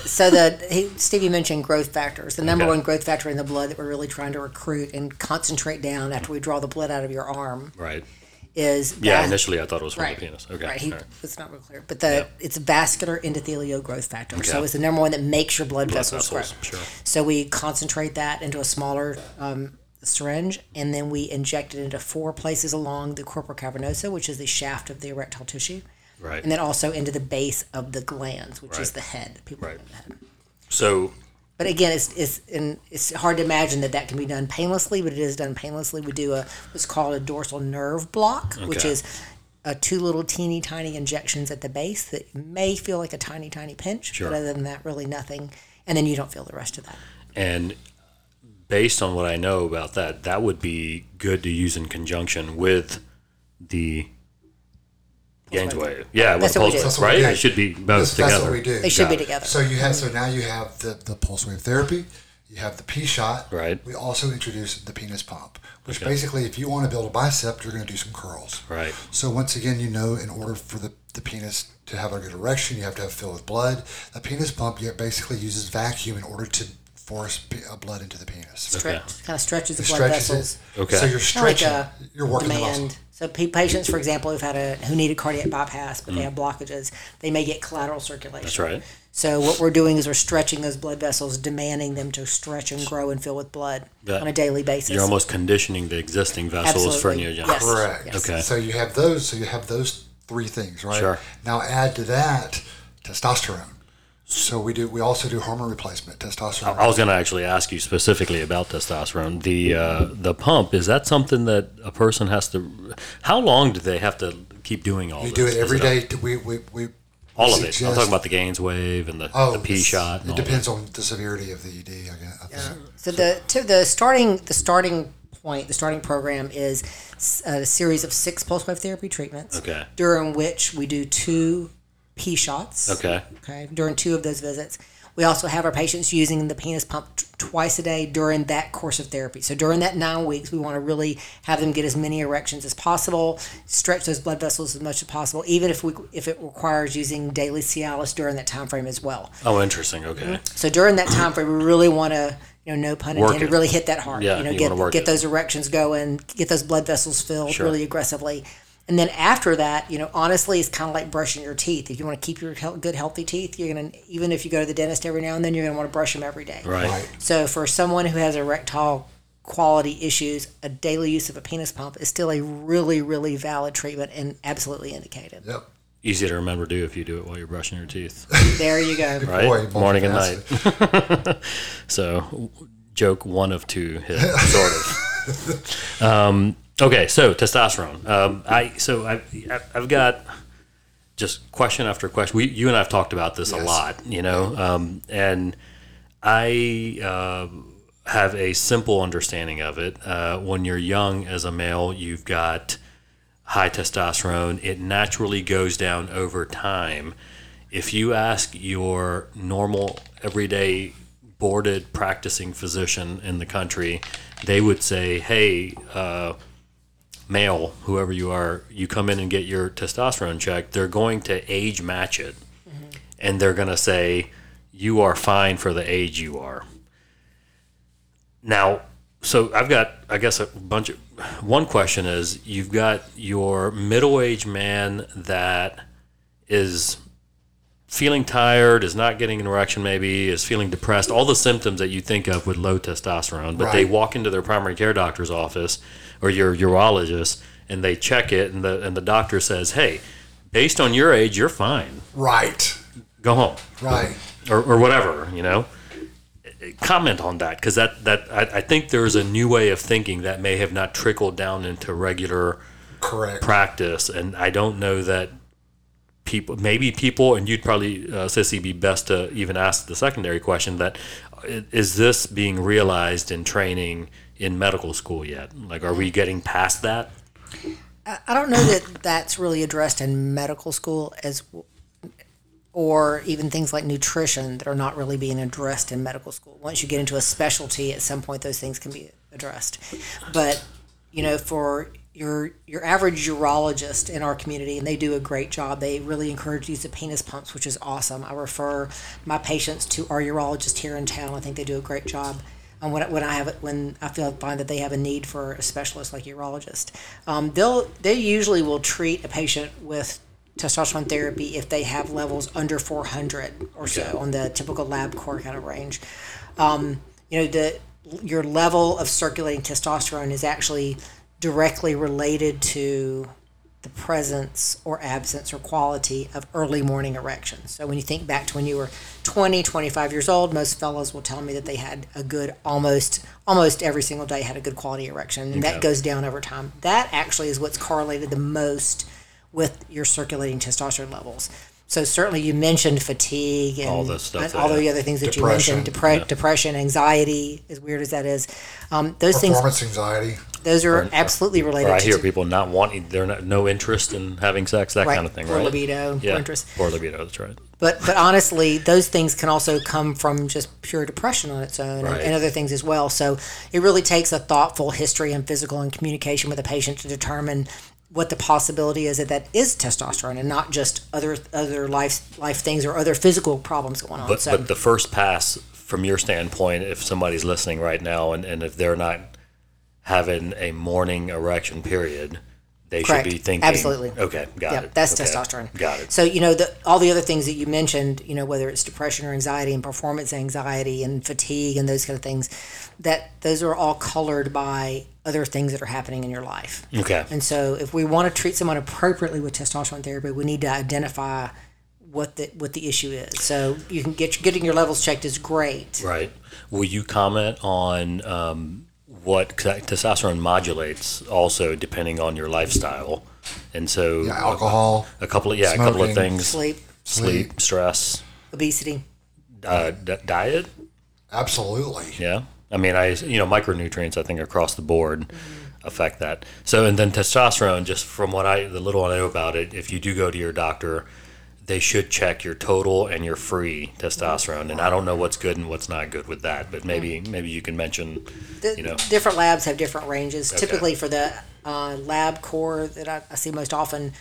so the he, Stevie mentioned growth factors. The number
Okay.
one growth factor in the blood that we're really trying to recruit and concentrate down after we draw the blood out of your arm
Right.
is
Yeah,
vas-
initially I thought it was from
right.
the penis. Okay.
Right. He,
all right.
It's not real clear, but the it's vascular endothelial growth factor. So
Okay.
it's the number one that makes your blood, vessels,
vessels,
grow.
sure.
So we concentrate that into a smaller um, syringe, and then we inject it into four places along the corpora cavernosa, which is the shaft of the erectile tissue.
Right.
And then also into the base of the glands, which is
Right.
the head. People
Right.
know the head.
So
But again, it's it's and it's hard to imagine that that can be done painlessly, but it is done painlessly. We do a what's called a dorsal nerve block, which
Okay.
is uh, two little teeny tiny injections at the base that may feel like a tiny tiny pinch, but other than that, really nothing. And then you don't feel the rest of that.
And based on what I know about that, that would be good to use in conjunction with the Gainsway. Yeah, with
That's what we
pulse-
do. That's
what we
right?
do.
It should be both
That's,
together.
that's what we do.
They should be
Got it.
together.
So you have so now you have the, the pulse wave therapy, You have the P shot.
Right.
We also introduced the penis pump, which
Okay.
basically, if you want to build a bicep, you're going to do some curls.
Right.
So once again, you know, in order for the, the penis to have a good erection, you have to have filled with blood. A penis pump yeah, basically uses vacuum in order to force p- uh, blood into the penis.
Stretch, kind of stretches the
It
blood
stretches
vessels.
it.
Okay.
So you're
Kinda like
stretching.
a
you're working the muscle.
demand. So pa- patients, for example, who've had a who needed cardiac bypass but they have blockages, they may get collateral circulation.
Mm. That's right.
So what we're doing is we're stretching those blood vessels, demanding them to stretch and grow and fill with blood
That-
on a daily basis.
You're almost conditioning the existing vessels
Absolutely.
for neogenic.
Yes.
Correct.
Yes.
Okay.
So you have those. So you have those three things, right?
Sure.
Now add to that testosterone. So we do. We also do hormone replacement testosterone.
I was going to actually ask you specifically about testosterone. The uh, the pump is that something that a person has to? How long do they have to keep doing all?
we
this?
do it
Is
every
a-
day. We we we.
all of it.
suggest-
I'm talking about the Gaines wave and the, the P shot. And
Oh, It
all
depends on the severity of the ED. I guess. I think.
So the to the starting the starting point the starting program is s- a series of six pulse wave therapy treatments.
Okay.
During which we do two P shots.
That. Okay.
Okay. During two of those visits, we also have our patients using the penis pump t- twice a day during that course of therapy. So during that nine weeks, we want to really have them get as many erections as possible, stretch those blood vessels as much as possible, even if we if it requires using daily Cialis during that time frame as well.
Oh, interesting. Okay.
So during that time frame, we really want to, you know, no pun
Work
intended,
it.
really hit that hard.
Yeah,
you know,
you wanna
get
work
get
it.
those erections going, get those blood vessels filled
Sure.
really aggressively. And then after that, you know, honestly, it's kind of like brushing your teeth. If you want to keep your health, good, healthy teeth, you're gonna even if you go to the dentist every now and then, you're gonna want to brush them every day.
Right.
Right.
So for someone who has erectile quality issues, a daily use of a penis pump is still a really, really valid treatment and absolutely indicated.
Yep.
Easy to remember to do if you do it while you're brushing your teeth.
There you go.
Right.
Boy,
Morning and night.
multifaceted.
So, w- joke one of two hit, sort of. um, okay, so testosterone. Um, I so I I've got just question after question. We you and I have talked about this a
Yes.
lot, you know, um, and I uh, have a simple understanding of it. Uh, when you're young as a male, you've got high testosterone, it naturally goes down over time. If you ask your normal, everyday, boarded practicing physician in the country, they would say, hey, uh, male, whoever you are, you come in and get your testosterone checked, they're going to age match it. And they're going to say, you are fine for the age you are. Now, so I've got, I guess, a bunch of. One question is you've got your middle aged man that is feeling tired, is not getting an erection, maybe, is feeling depressed, all the symptoms that you think of with low testosterone, but they
Right.
walk into their primary care doctor's office or your urologist and they check it, and the, and the doctor says, hey, based on your age, you're fine.
Right.
Go home
Right.
or, or whatever, you know. Comment on that because that that I, I think there is a new way of thinking that may have not trickled down into regular
Correct.
practice, and I don't know that people maybe people and you'd probably uh, Sissy be best to even ask the secondary question that i- is this being realized in training in medical school yet? Like, are we getting past that?
I don't know that that's really addressed in medical school as or even things like nutrition that are not really being addressed in medical school. Once you get into a specialty at some point those things can be addressed. But you know for your your average urologist in our community and they do a great job. They really encourage use of penis pumps, which is awesome. I refer my patients to our urologist here in town. I think they do a great job. And when, I- when I have it, when I feel find that they have a need for a specialist like urologist, um, they'll they usually will treat a patient with testosterone therapy if they have levels under 400 or so on the typical lab core kind of range. Um, you know, the your level of circulating testosterone is actually directly related to the presence or absence or quality of early morning erections. So when you think back to when you were 20, 25 years old, most fellows will tell me that they had a good almost almost every single day had a good quality erection. And that goes down over time. That actually is what's correlated the most with your circulating testosterone levels. So certainly you mentioned fatigue and
All the stuff
and
that-
all the other things that you mentioned,
Depression,
depre- depression, anxiety, as weird as that is. Um, those things,
Performance anxiety.
those are absolutely related
Or I
to
hear people not wanting, they're not, no interest in having sex, that
right,
kind of thing,
poor
right?
libido, poor
Yeah,
interest.
poor libido. That's right.
But but honestly, those things can also come from just pure depression on its own and,
Right.
and other things as well. So it really takes a thoughtful history and physical and communication with a patient to determine what the possibility is that that is testosterone and not just other other life life things or other physical problems going on.
But
so
but the first pass, from your standpoint, if somebody's listening right now and, and if they're not having a morning erection period, they
Correct.
should be thinking.
Absolutely.
Okay, got
yeah,
it.
that's
Okay,
testosterone.
Got it.
So you know the all the other things that you mentioned, you know whether it's depression or anxiety and performance anxiety and fatigue and those kind of things, that those are all colored by other things that are happening in your life.
Okay.
And so, if we want to treat someone appropriately with testosterone therapy, we need to identify what the what the issue is. So you can get getting your levels checked is great.
Right. Will you comment on um, what te- testosterone modulates also depending on your lifestyle? And so
Yeah, alcohol.
a couple of yeah, a couple of
smoking.
things:
Sleep,
sleep, stress,
obesity,
uh, d- diet.
Absolutely.
Yeah. I mean, I you know micronutrients I think across the board
Mm-hmm.
affect that. So and then testosterone, just from what I the little I know about it, if you do go to your doctor. They should check your total and your free testosterone, and I don't know what's good and what's not good with that. But maybe, maybe you can mention,
The-
you know,
different labs have different ranges. Typically, for the uh, lab core that I, I see most often,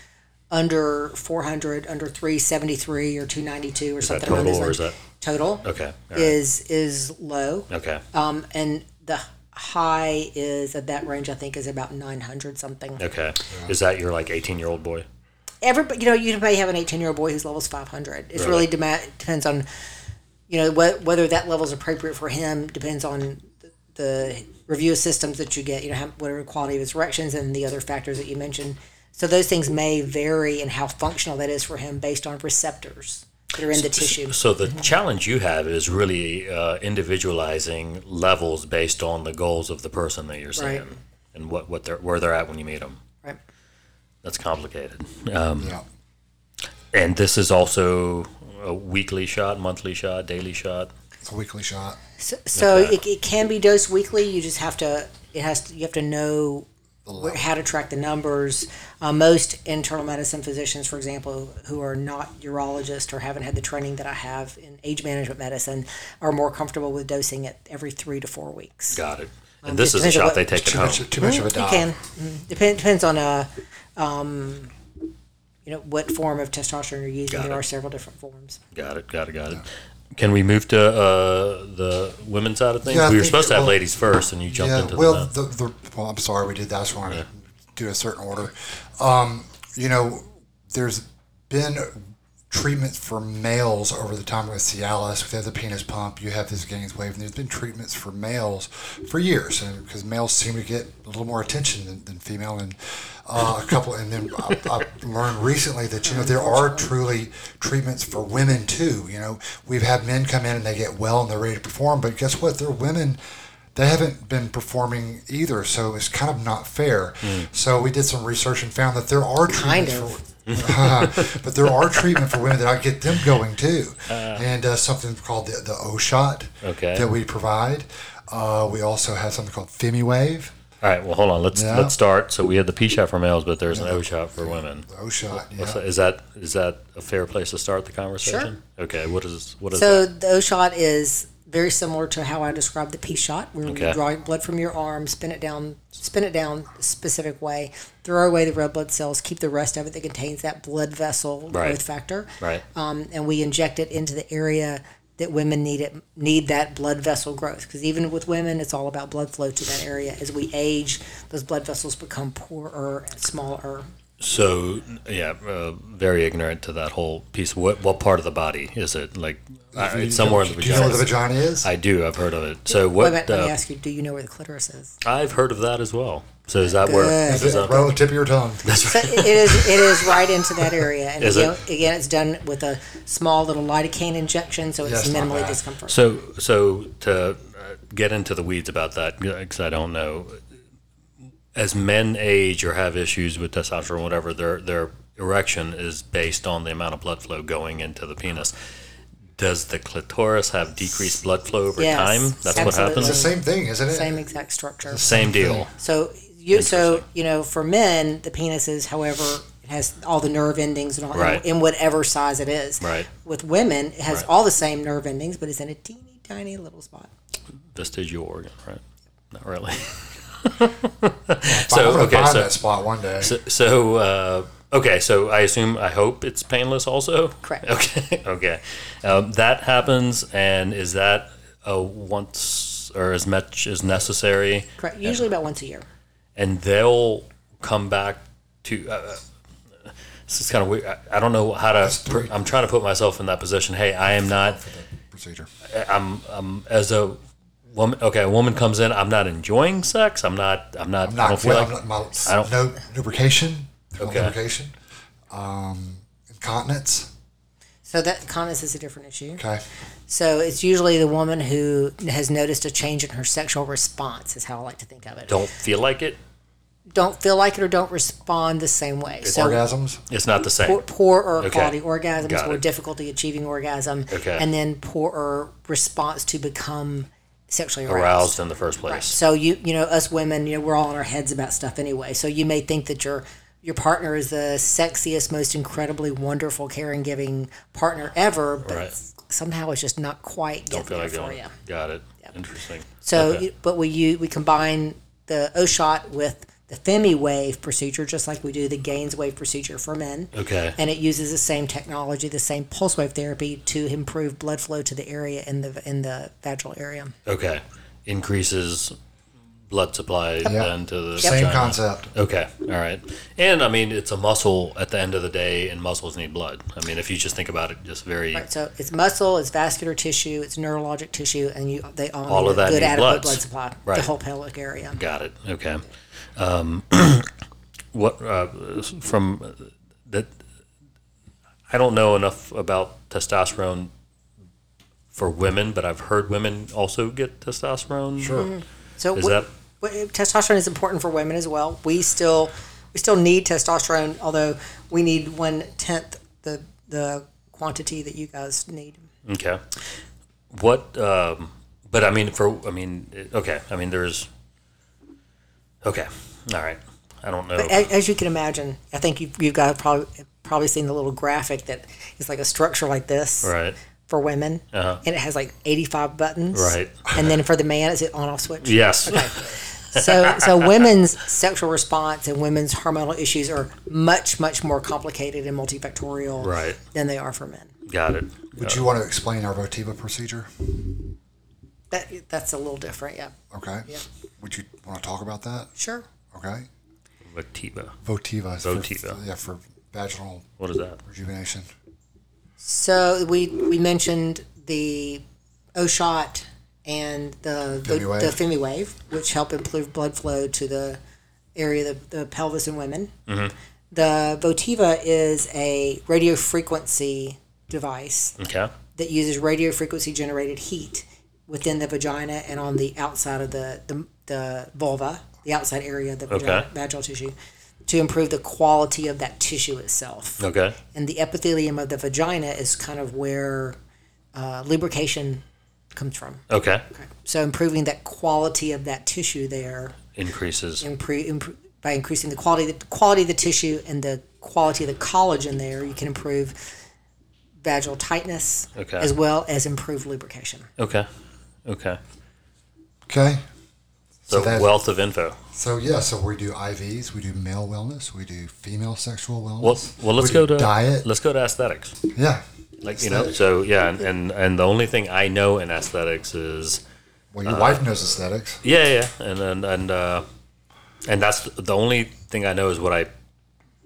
under 400, under 373 or 292 or something. around
total
those
or is
lines.
that-
total?
Okay. all right.
Is is low.
Okay.
Um, and the high is at that range. I think is about 900 something.
Okay. Is that your like 18 year old boy?
everybody, you know, you may have an 18 year old boy who's levels 500. It really
Right.
dema depends on, you know, wh- whether that level is appropriate for him depends on the, the review of systems that you get, you know, how, whatever quality of his erections and the other factors that you mentioned. So those things may vary in how functional that is for him based on receptors that are in the tissue. Mm-hmm.
So the challenge you have is really uh, individualizing levels based on the goals of the person that you're seeing
Right.
and what, what they're where they're at when you meet them.
Right.
That's complicated. Um,
Yeah.
and this is also a weekly shot, monthly shot, daily shot.
It's a weekly shot.
So, so it, it can be dosed weekly. You just have to, it has to, you have to know where, how to track the numbers. Uh, most internal medicine physicians, for example, who are not urologists or haven't had the training that I have in age management medicine, are more comfortable with dosing it every three to four weeks.
Got it. And this
just
is a
depends on
shot
what-
they take at
Too
home.
much, too much of a
uh,
You
diet.
can Mm. Depend, depends on uh, um, you know what form of testosterone you're using.
Got
there
it.
are several different forms.
Got it. Got it. Got it. Can we move to uh, the women's side of things?
Yeah, I
we were
think-
supposed to have
well-
ladies first, and you jumped
Yeah,
into
well,
the
the, the, well, I'm sorry, we did that. I just wanted to do a certain order. Um, you know, there's been treatments for males over the time with Cialis. They have the penis pump. You have this Gaines wave, and there's been treatments for males for years, and because males seem to get a little more attention than, than female, and uh, a couple. And then I, I learned recently that you know there are truly treatments for women too. You know, we've had men come in and they get well and they're ready to perform, but guess what? They're women they haven't been performing either, so it's kind of not fair. So we did some research and found that there are
Kind
treatments for, but there are treatment for women that I get them going too, and uh, something called the, the O shot
Okay.
that we provide. Uh, we also have something called Femi Wave.
All right. Well, hold on. Let's
Yeah.
let's start. So we had the P shot for males, but there's an O shot for women.
O shot, yeah.
What's that- Is that is that a fair place to start the conversation? Sure. Okay. What is what is
So
that?
the O shot is very similar to how I described the P shot, where you
Okay.
draw blood from your arm, spin it down, spin it down a specific way, throw away the red blood cells, keep the rest of it that contains that blood vessel
Right.
growth factor,
Right.
um, and we inject it into the area that women need it need that blood vessel growth because even with women it's all about blood flow to that area as we age those blood vessels become poorer smaller
So yeah, uh, very ignorant to that whole piece. What what part of the body is it? Like I,
Do you-
it's somewhere in the
Do you know
vagina.
where the vagina is?
I do. I've heard of it. So
Wait a
what?
minute, let me
Uh,
ask you do you know where the clitoris is
I've heard of that as well. So is that where?
Good.
Is
Is it
that,
right on the tip of your tongue.
So it is it is right into that area, and
Is
again,
it?
again, it's done with a small little lidocaine injection, so
Yeah,
it's
it's not
minimally
bad.
discomfort.
So, so to uh, get into the weeds about that, because I don't know, as men age or have issues with testosterone, whatever, their their erection is based on the amount of blood flow going into the penis. Does the clitoris have decreased blood flow over
Yes,
time? That's what
absolutely.
happens.
It's the same thing, isn't it?
Same exact structure.
Same deal.
So you so you know for men the penis is however it has all the nerve endings and all,
Right.
in whatever size it is.
Right.
With women it has
Right.
all the same nerve endings but it's in a teeny tiny little spot.
Vestigial organ, right? Not really.
But I'm
So,
gonna
okay,
find
so-
that spot one day.
So, so uh, okay, so I assume, I hope it's painless also?
Correct.
Okay, okay. Um, that happens, and is that a once or as much as necessary?
Correct. Usually about once a year.
and they'll come back to. Uh, this is kind of weird. I, I don't know how to.
three.
I'm trying to put myself in that position. Hey, I am not
Procedure.
as a woman. Okay, a woman comes in. I'm not enjoying sex. I'm not. I'm not.
I'm
I
not.
don't feel
well,
like.
I'm not my,
I don't-
no lubrication. No
Okay.
lubrication. Um, incontinence.
So that continence is a different issue.
Okay.
So it's usually the woman who has noticed a change in her sexual response is how I like to think of it.
don't feel like it.
Don't feel like it or don't respond the same way. So
Orgasms.
It's not the same.
poor, poorer quality
Got
orgasms or
it.
difficulty achieving orgasm,
Okay.
and then poorer response to become sexually aroused.
aroused in the first place.
So you you know us women, you know we're all in our heads about stuff anyway. So you may think that your your partner is the sexiest, most incredibly wonderful, caring, giving partner ever, but
Right.
somehow it's just not quite
Don't feel
getting
like
there for
doing.
you.
it. Got it. Interesting.
So,
Okay.
you- but we u- we combine the O shot with the Femi wave procedure, just like we do the Gaines wave procedure for men.
Okay.
And it uses the same technology, the same pulse wave therapy to improve blood flow to the area in the in the vaginal area.
Okay. Increases blood supply then to the
Same
vagina.
concept.
Okay. All right. And I mean, it's a muscle at the end of the day, and muscles need blood. I mean, if you just think about it, just very
Right. So it's muscle, it's vascular tissue, it's neurologic tissue, and you they all,
All
need
of that
a good
need
adequate
bloods.
blood supply.
Right.
The whole pelvic area.
got it. Okay. Um, what uh, from that? I don't know enough about testosterone for women, but I've heard women also get testosterone. Sure.
So
Is
we-
that-
we- testosterone is important for women as well. We still we still need testosterone, although we need one tenth the the quantity that you guys need.
Okay. What? Um, but I mean, for I mean, it- okay. I mean, there's. Okay. All right. I don't know.
A- As you can imagine, I think you've, you guys probably probably seen the little graphic that is like a structure like this
right. Uh-huh.
for women, and it has like eighty five buttons.
Right.
And then for the man, it's an on off switch.
Yes.
So, so women's sexual response and women's hormonal issues are much, much more complicated and multifactorial
Right.
than they are for men.
Got it.
Would you want to explain our Votiva procedure?
That, that's a little different, yeah.
Okay. Would you want to talk about that?
Sure.
Okay.
Votiva.
Votiva. is for-
Votiva.
yeah, for vaginal
What is that?
rejuvenation.
So we we mentioned the O shot and the the,
Femi wave.
the Femi wave, which help improve blood flow to the area of the, the pelvis in women.
Mm-hmm.
The Votiva is a radio frequency device
Okay.
that uses radio frequency generated heat within the vagina and on the outside of the the, the vulva, the outside area of the vagina,
Okay.
vaginal tissue, to improve the quality of that tissue itself.
Okay.
And the epithelium of the vagina is kind of where uh, lubrication comes from.
Okay.
So improving that quality of that tissue there
Increases.
impre- impre- by increasing the quality the quality of the tissue and the quality of the collagen there, you can improve vaginal tightness
Okay.
as well as improve lubrication.
Okay. Okay.
Okay.
So,
that's-
wealth of info.
So yeah, so we do IVs, we do male wellness, we do female sexual wellness.
Well, well, let's
we
go
do
to
diet.
Let's go to aesthetics.
yeah.
Like you know. So yeah, and, and and the only thing I know in aesthetics is
Well,
Uh,
your wife knows aesthetics.
Yeah, yeah, yeah. and and and uh, and that's the only thing I know is what I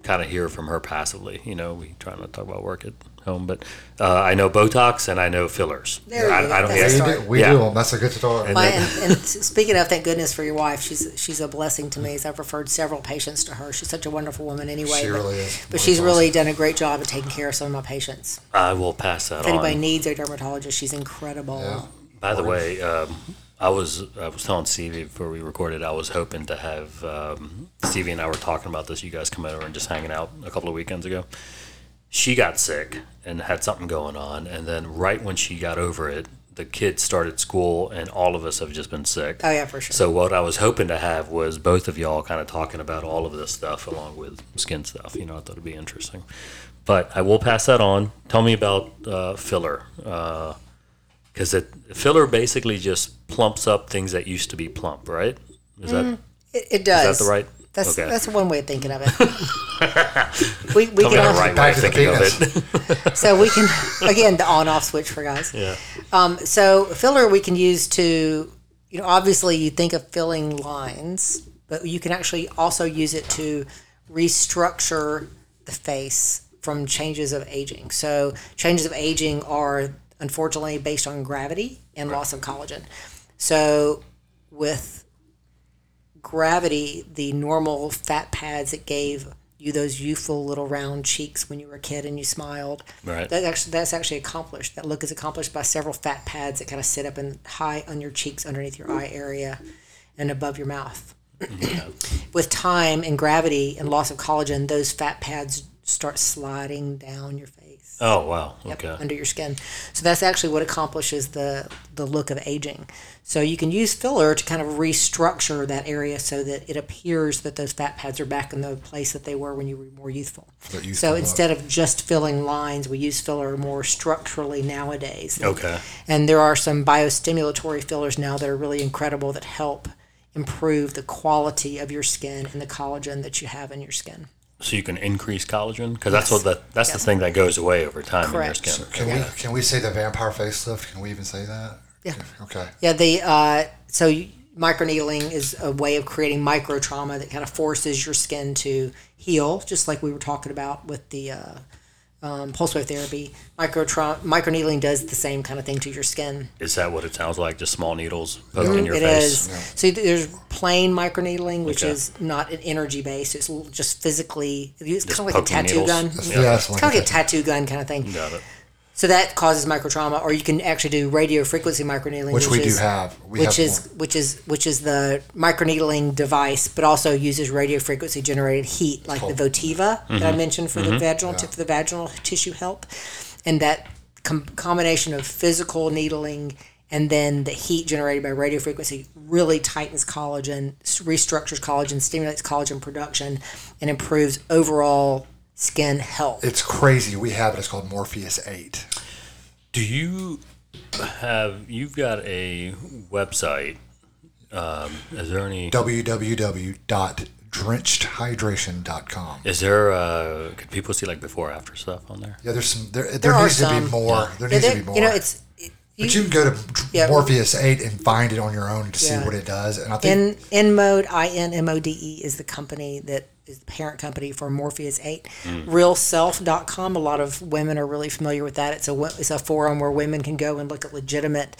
kind of hear from her passively. You know, we try not to talk about work at home, but uh, I know Botox and I know fillers.
There
I,
you go.
I don't
That's
We
get
a
do, we
Yeah.
do 'em. That's a good tutorial.
My, and, and speaking of, thank goodness for your wife. She's she's a blessing to me. As I've referred several patients to her. She's such a wonderful woman, anyway.
She
but,
really is.
But she's really done a great job of taking care of some of my patients.
I will pass that
If anybody
on.
needs a dermatologist, she's incredible.
Yeah.
By the way, um, I was I was telling Stevie before we recorded. I was hoping to have um, Stevie and I were talking about this. You guys come over and just hanging out a couple of weekends ago. She got sick and had something going on, and then right when she got over it, the kids started school, and all of us have just been sick.
Oh yeah, for sure.
So what I was hoping to have was both of y'all kind of talking about all of this stuff along with skin stuff. You know, I thought it'd be interesting. But I will pass that on. Tell me about uh, filler. Uh, because it filler basically just plumps up things that used to be plump, right? Is that
Mm.
is
it, it does.
that the right?
That's
okay.
that's one way of thinking of it. we we
Tell me
can
the
also,
right way
Back
of
to the
thinking of
penis.
it.
so we can again the on off switch for guys.
yeah.
Um, so filler we can use to, you know, obviously you think of filling lines, but you can actually also use it to restructure the face from changes of aging. So changes of aging are unfortunately based on gravity and loss of collagen. So with gravity, the normal fat pads that gave you those youthful little round cheeks when you were a kid and you smiled.
Right.
That actually, that's actually accomplished. That look is accomplished by several fat pads that kind of sit up and high on your cheeks, underneath your eye area, and above your mouth. With time and gravity and loss of collagen, those fat pads start sliding down your face
Oh wow. Okay.
under your skin. So that's actually what accomplishes the the look of aging. So you can use filler to kind of restructure that area so that it appears that those fat pads are back in the place that they were when you were more youthful.
That youthful
so
look.
instead of just filling lines, we use filler more structurally nowadays.
Okay.
And there are some biostimulatory fillers now that are really incredible that help improve the quality of your skin and the collagen that you have in your skin.
So you can increase collagen because that's what the, that's the thing that goes away over time
Correct.
in your skin.
Can we can we say the vampire facelift? Can we even say that?
Yeah.
Okay.
Yeah, the uh, so you- microneedling is a way of creating micro trauma that kind of forces your skin to heal, just like we were talking about with the uh, um, pulse wave therapy. Micro trauma, microneedling does the same kind of thing to your skin.
Is that what it sounds like? Just small needles poking in your
Mm, It
face.
is so th- there's plain microneedling, which
Okay.
is not an energy based. It's l- just physically. It's kind of like a
poking
tattoo
needles.
gun.
That's-
Yeah. that's
It's
like
kind of
a
like a tattoo gun kind of thing.
Got it.
So that causes microtrauma, or you can actually do radio frequency microneedling,
Which we do
is-
have. We
which
have
is which is which is the microneedling device, but also uses radio frequency generated heat, like
Oh.
the Votiva that I
Mm-hmm.
mentioned for the vaginal for the vaginal tissue help, and that com- combination of physical needling and then the heat generated by radio frequency really tightens collagen, s- restructures collagen, stimulates collagen production, and improves overall skin health.
it's crazy. We have it. It's called Morpheus Eight.
Do you have you've got a website? Um, is there any?
www.drenchedhydration.com.
Is there? Uh, could people see like before after stuff on there?
Yeah, there's some. There, there,
there are
needs to
some
be more. There
Yeah,
needs
there-
to be more.
You know, it's
but you can go to
Yeah.
Morpheus Eight and find it on your own to
Yeah.
see what it does. And I think
In in mode I N M O D E is the company that is the parent company for Morpheus 8. Realself.com. A lot of women are really familiar with that. It's a wo- it's a forum where women can go and look at legitimate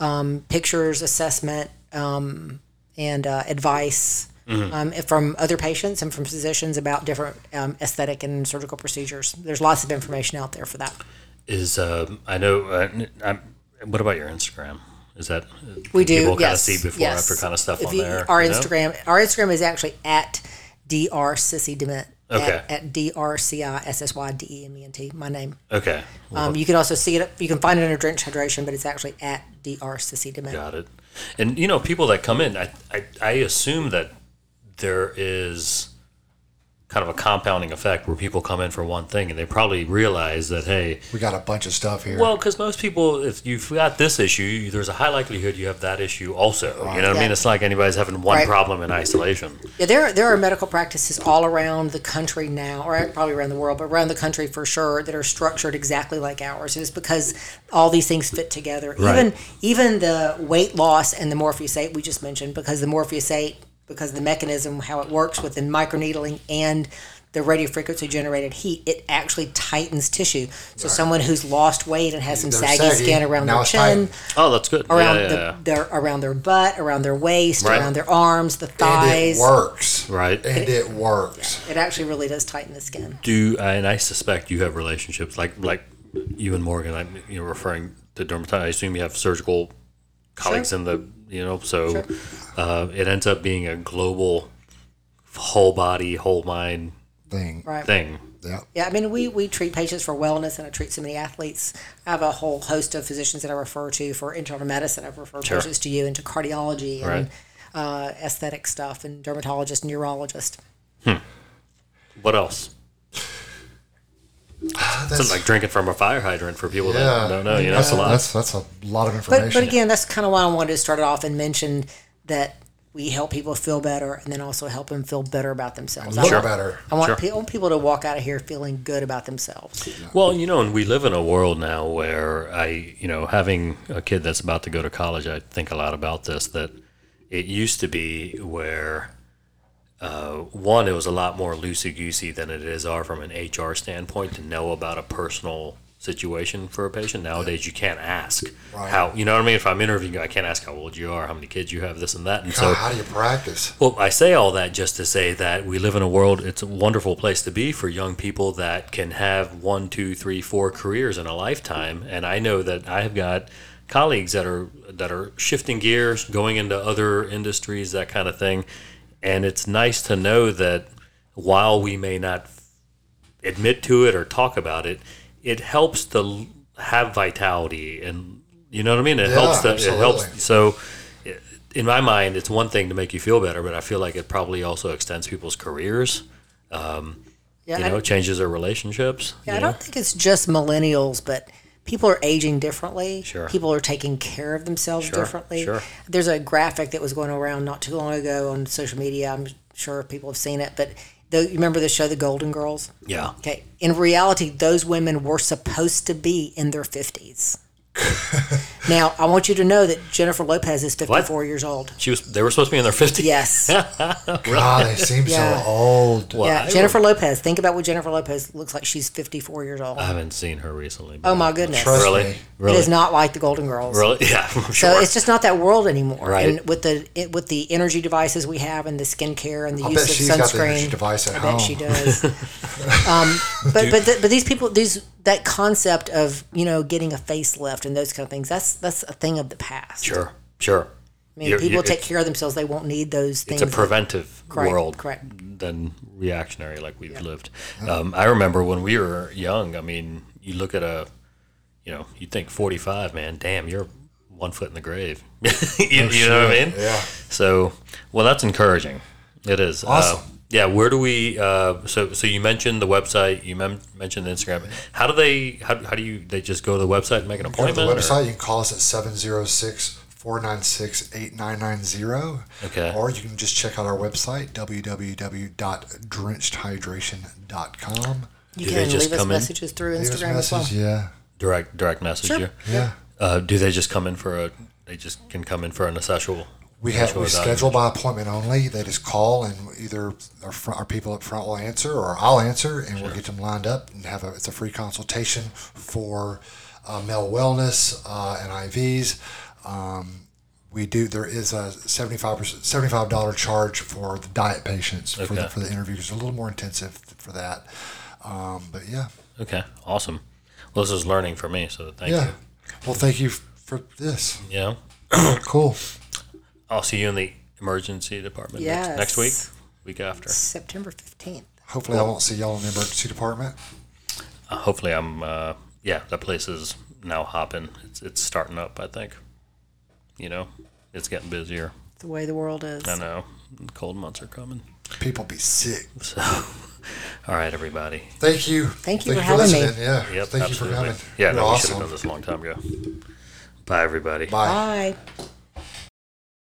um, pictures, assessment, um, and uh, advice um, from other patients and from physicians about different um, aesthetic and surgical procedures. There's lots of information out there for that.
Is um, I know. Uh, n- I'm, what about your Instagram? Is that
We
can
do.
People kind of
yes,
see before
yes.
after kind of stuff
If
on
you-
there.
Our
you know?
Instagram, our Instagram is actually at dr sissy dement.
Okay.
At, at D R C I S S Y D E M E N T, my name.
Okay,
Um, you can also see it, you can find it under Drench Hydration, but it's actually at dr sissy dement.
got it. And you know, people that come in, I I, I assume that there is kind of a compounding effect where people come in for one thing and they probably realize that hey
we got a bunch of stuff here.
Well, because most people, if you've got this issue, there's a high likelihood you have that issue also. You know what I
Yeah.
mean? It's not like anybody's having one
Right.
problem in isolation.
Yeah, there there are medical practices all around the country now, or probably around the world, but around the country for sure, that are structured exactly like ours. It's because all these things fit together. Even
Right.
even the weight loss and the Morpheus eight we just mentioned, because the Morpheus eight, because the mechanism how it works within microneedling and the radio frequency generated heat, it actually tightens tissue. So someone who's lost weight and has some
They're
saggy,
saggy,
skin around
now
their
it's
chin,
Oh, that's good.
around
yeah, yeah,
the,
yeah.
their around their butt, around their waist,
Right.
around their arms, the
and
thighs.
it works.
Right.
And it works.
It actually really does tighten the skin.
Do uh, and I suspect you have relationships like like you and Morgan. I'm you know referring to dermatology. I assume you have surgical colleagues in the you know, so uh, it ends up being a global whole body, whole mind
thing.
Right.
thing.
Yeah.
Yeah, I mean, we, we treat patients for wellness and I treat so many athletes. I have a whole host of physicians that I refer to for internal medicine. I've referred
Sure.
patients to you and to cardiology and
Right.
uh, aesthetic stuff and dermatologist, neurologist.
What else?
That's,
It's like drinking from a fire hydrant for people
yeah.
that don't know. You know, that's a lot.
That's, that's a lot of information.
But, but again, that's kind of why I wanted to start it off and mention that we help people feel better and then also help them feel better about themselves. I
Look
want,
better.
I want
Sure.
pe- I want people to walk out of here feeling good about themselves.
Well, you know, and we live in a world now where I, you know, having a kid that's about to go to college, I think a lot about this. That it used to be where, uh, one, it was a lot more loosey goosey than it is are from an HR standpoint to know about a personal situation for a patient. Nowadays, you can't ask
Right.
how, you know what I mean? If I'm interviewing you, I can't ask how old you are, how many kids you have, this and that. And
God,
so
how do you practice?
well, I say all that just to say that we live in a world, it's a wonderful place to be for young people that can have one, two, three, four careers in a lifetime. And I know that I have got colleagues that are that are shifting gears, going into other industries, that kind of thing. And it's nice to know that while we may not admit to it or talk about it, it helps to l- have vitality and you know what I mean? It
Yeah,
helps to, it
absolutely.
helps so i- in my mind it's one thing to make you feel better, but I feel like it probably also extends people's careers,
Yeah,
you
I-
know, changes their relationships.
Yeah,
you
I
know?
don't think it's just millennials, but people are aging differently.
Sure.
People are taking care of themselves differently.
sure.
There's a graphic that was going around not too long ago on social media. I'm sure people have seen it, but the, you remember the show The Golden Girls?
Yeah.
Okay. In reality, those women were supposed to be in their 50s. now, I want you to know that Jennifer Lopez is 54 years old.
She was they were supposed to be in their fifties.
Yes.
God, they seem
Yeah.
so old.
Well,
yeah.
I
Jennifer Lopez. Think about what Jennifer Lopez looks like. She's 54 years old.
I haven't seen her recently.
oh, my goodness.
Trust
Uh, Really?
me.
Really?
It is not like the Golden Girls.
really? Yeah, I'm
So
sure.
it's just not that world anymore.
Right.
And with the it, with the energy devices we have and the skincare and the
I'll
use
bet
of
she's
sunscreen,
got the energy device at
I
home.
bet she does. um, but but the, but these people these that concept of you know getting a facelift and those kind of things that's that's a thing of the past.
sure. Sure.
I mean,
You're-
people
you're-
take care of themselves; they won't need those things.
it's a preventive
Correct,
world
correct.
than reactionary like we've lived um, i remember when we were young i mean you look at a you know you think 45 man damn you're one foot in the grave you, you know what i mean
Oh, Yeah.
so well that's encouraging it is Uh,
Awesome.
yeah where do we uh, so so you mentioned the website you mem- mentioned the instagram how do they how, how do you they just go to the website and make an
Go to
appointment
the
or-
website. You can call us at 706 496 8990.
Okay.
Or you can just check out our website, www.drenchedhydration.com.
you
Do
can
they just
leave us
come in?
messages through
Leave us
Instagram as well.
messages, Yeah.
direct direct message
Sure.
you
Yeah.
uh, do they just come in for a they just can come in for an assessable
We have we
Virtual
schedule by appointment only. They just call and either our, front, our people up front will answer or I'll answer and we'll get them lined up and have a it's a free consultation for uh, male wellness uh, and IVs. Um, we do there is a seventy five percent seventy five dollar charge for the diet patients for the
Okay.
for the interview because they're a little more intensive for that. Um, but yeah,
Okay, awesome. Well, this is learning for me, so thank
yeah. Well, thank you for this.
you. Yeah,
Cool.
I'll see you in the emergency department
Yes.
next, next week, week after.
September fifteenth.
Hopefully, I won't see y'all in the emergency department.
Uh, hopefully, I'm. Uh, yeah, that place is now hopping. It's, it's starting up, I think. You know, it's getting busier.
The way the world is.
I know. Cold months are coming.
People be sick.
So, all right, everybody.
Thank you.
Thank you for having me.
listening. Yeah.
Yep,
Thank
absolutely.
you for coming.
Yeah,
You're
no, we
awesome.
should have done this a long time ago. Bye, everybody.
Bye.
Bye.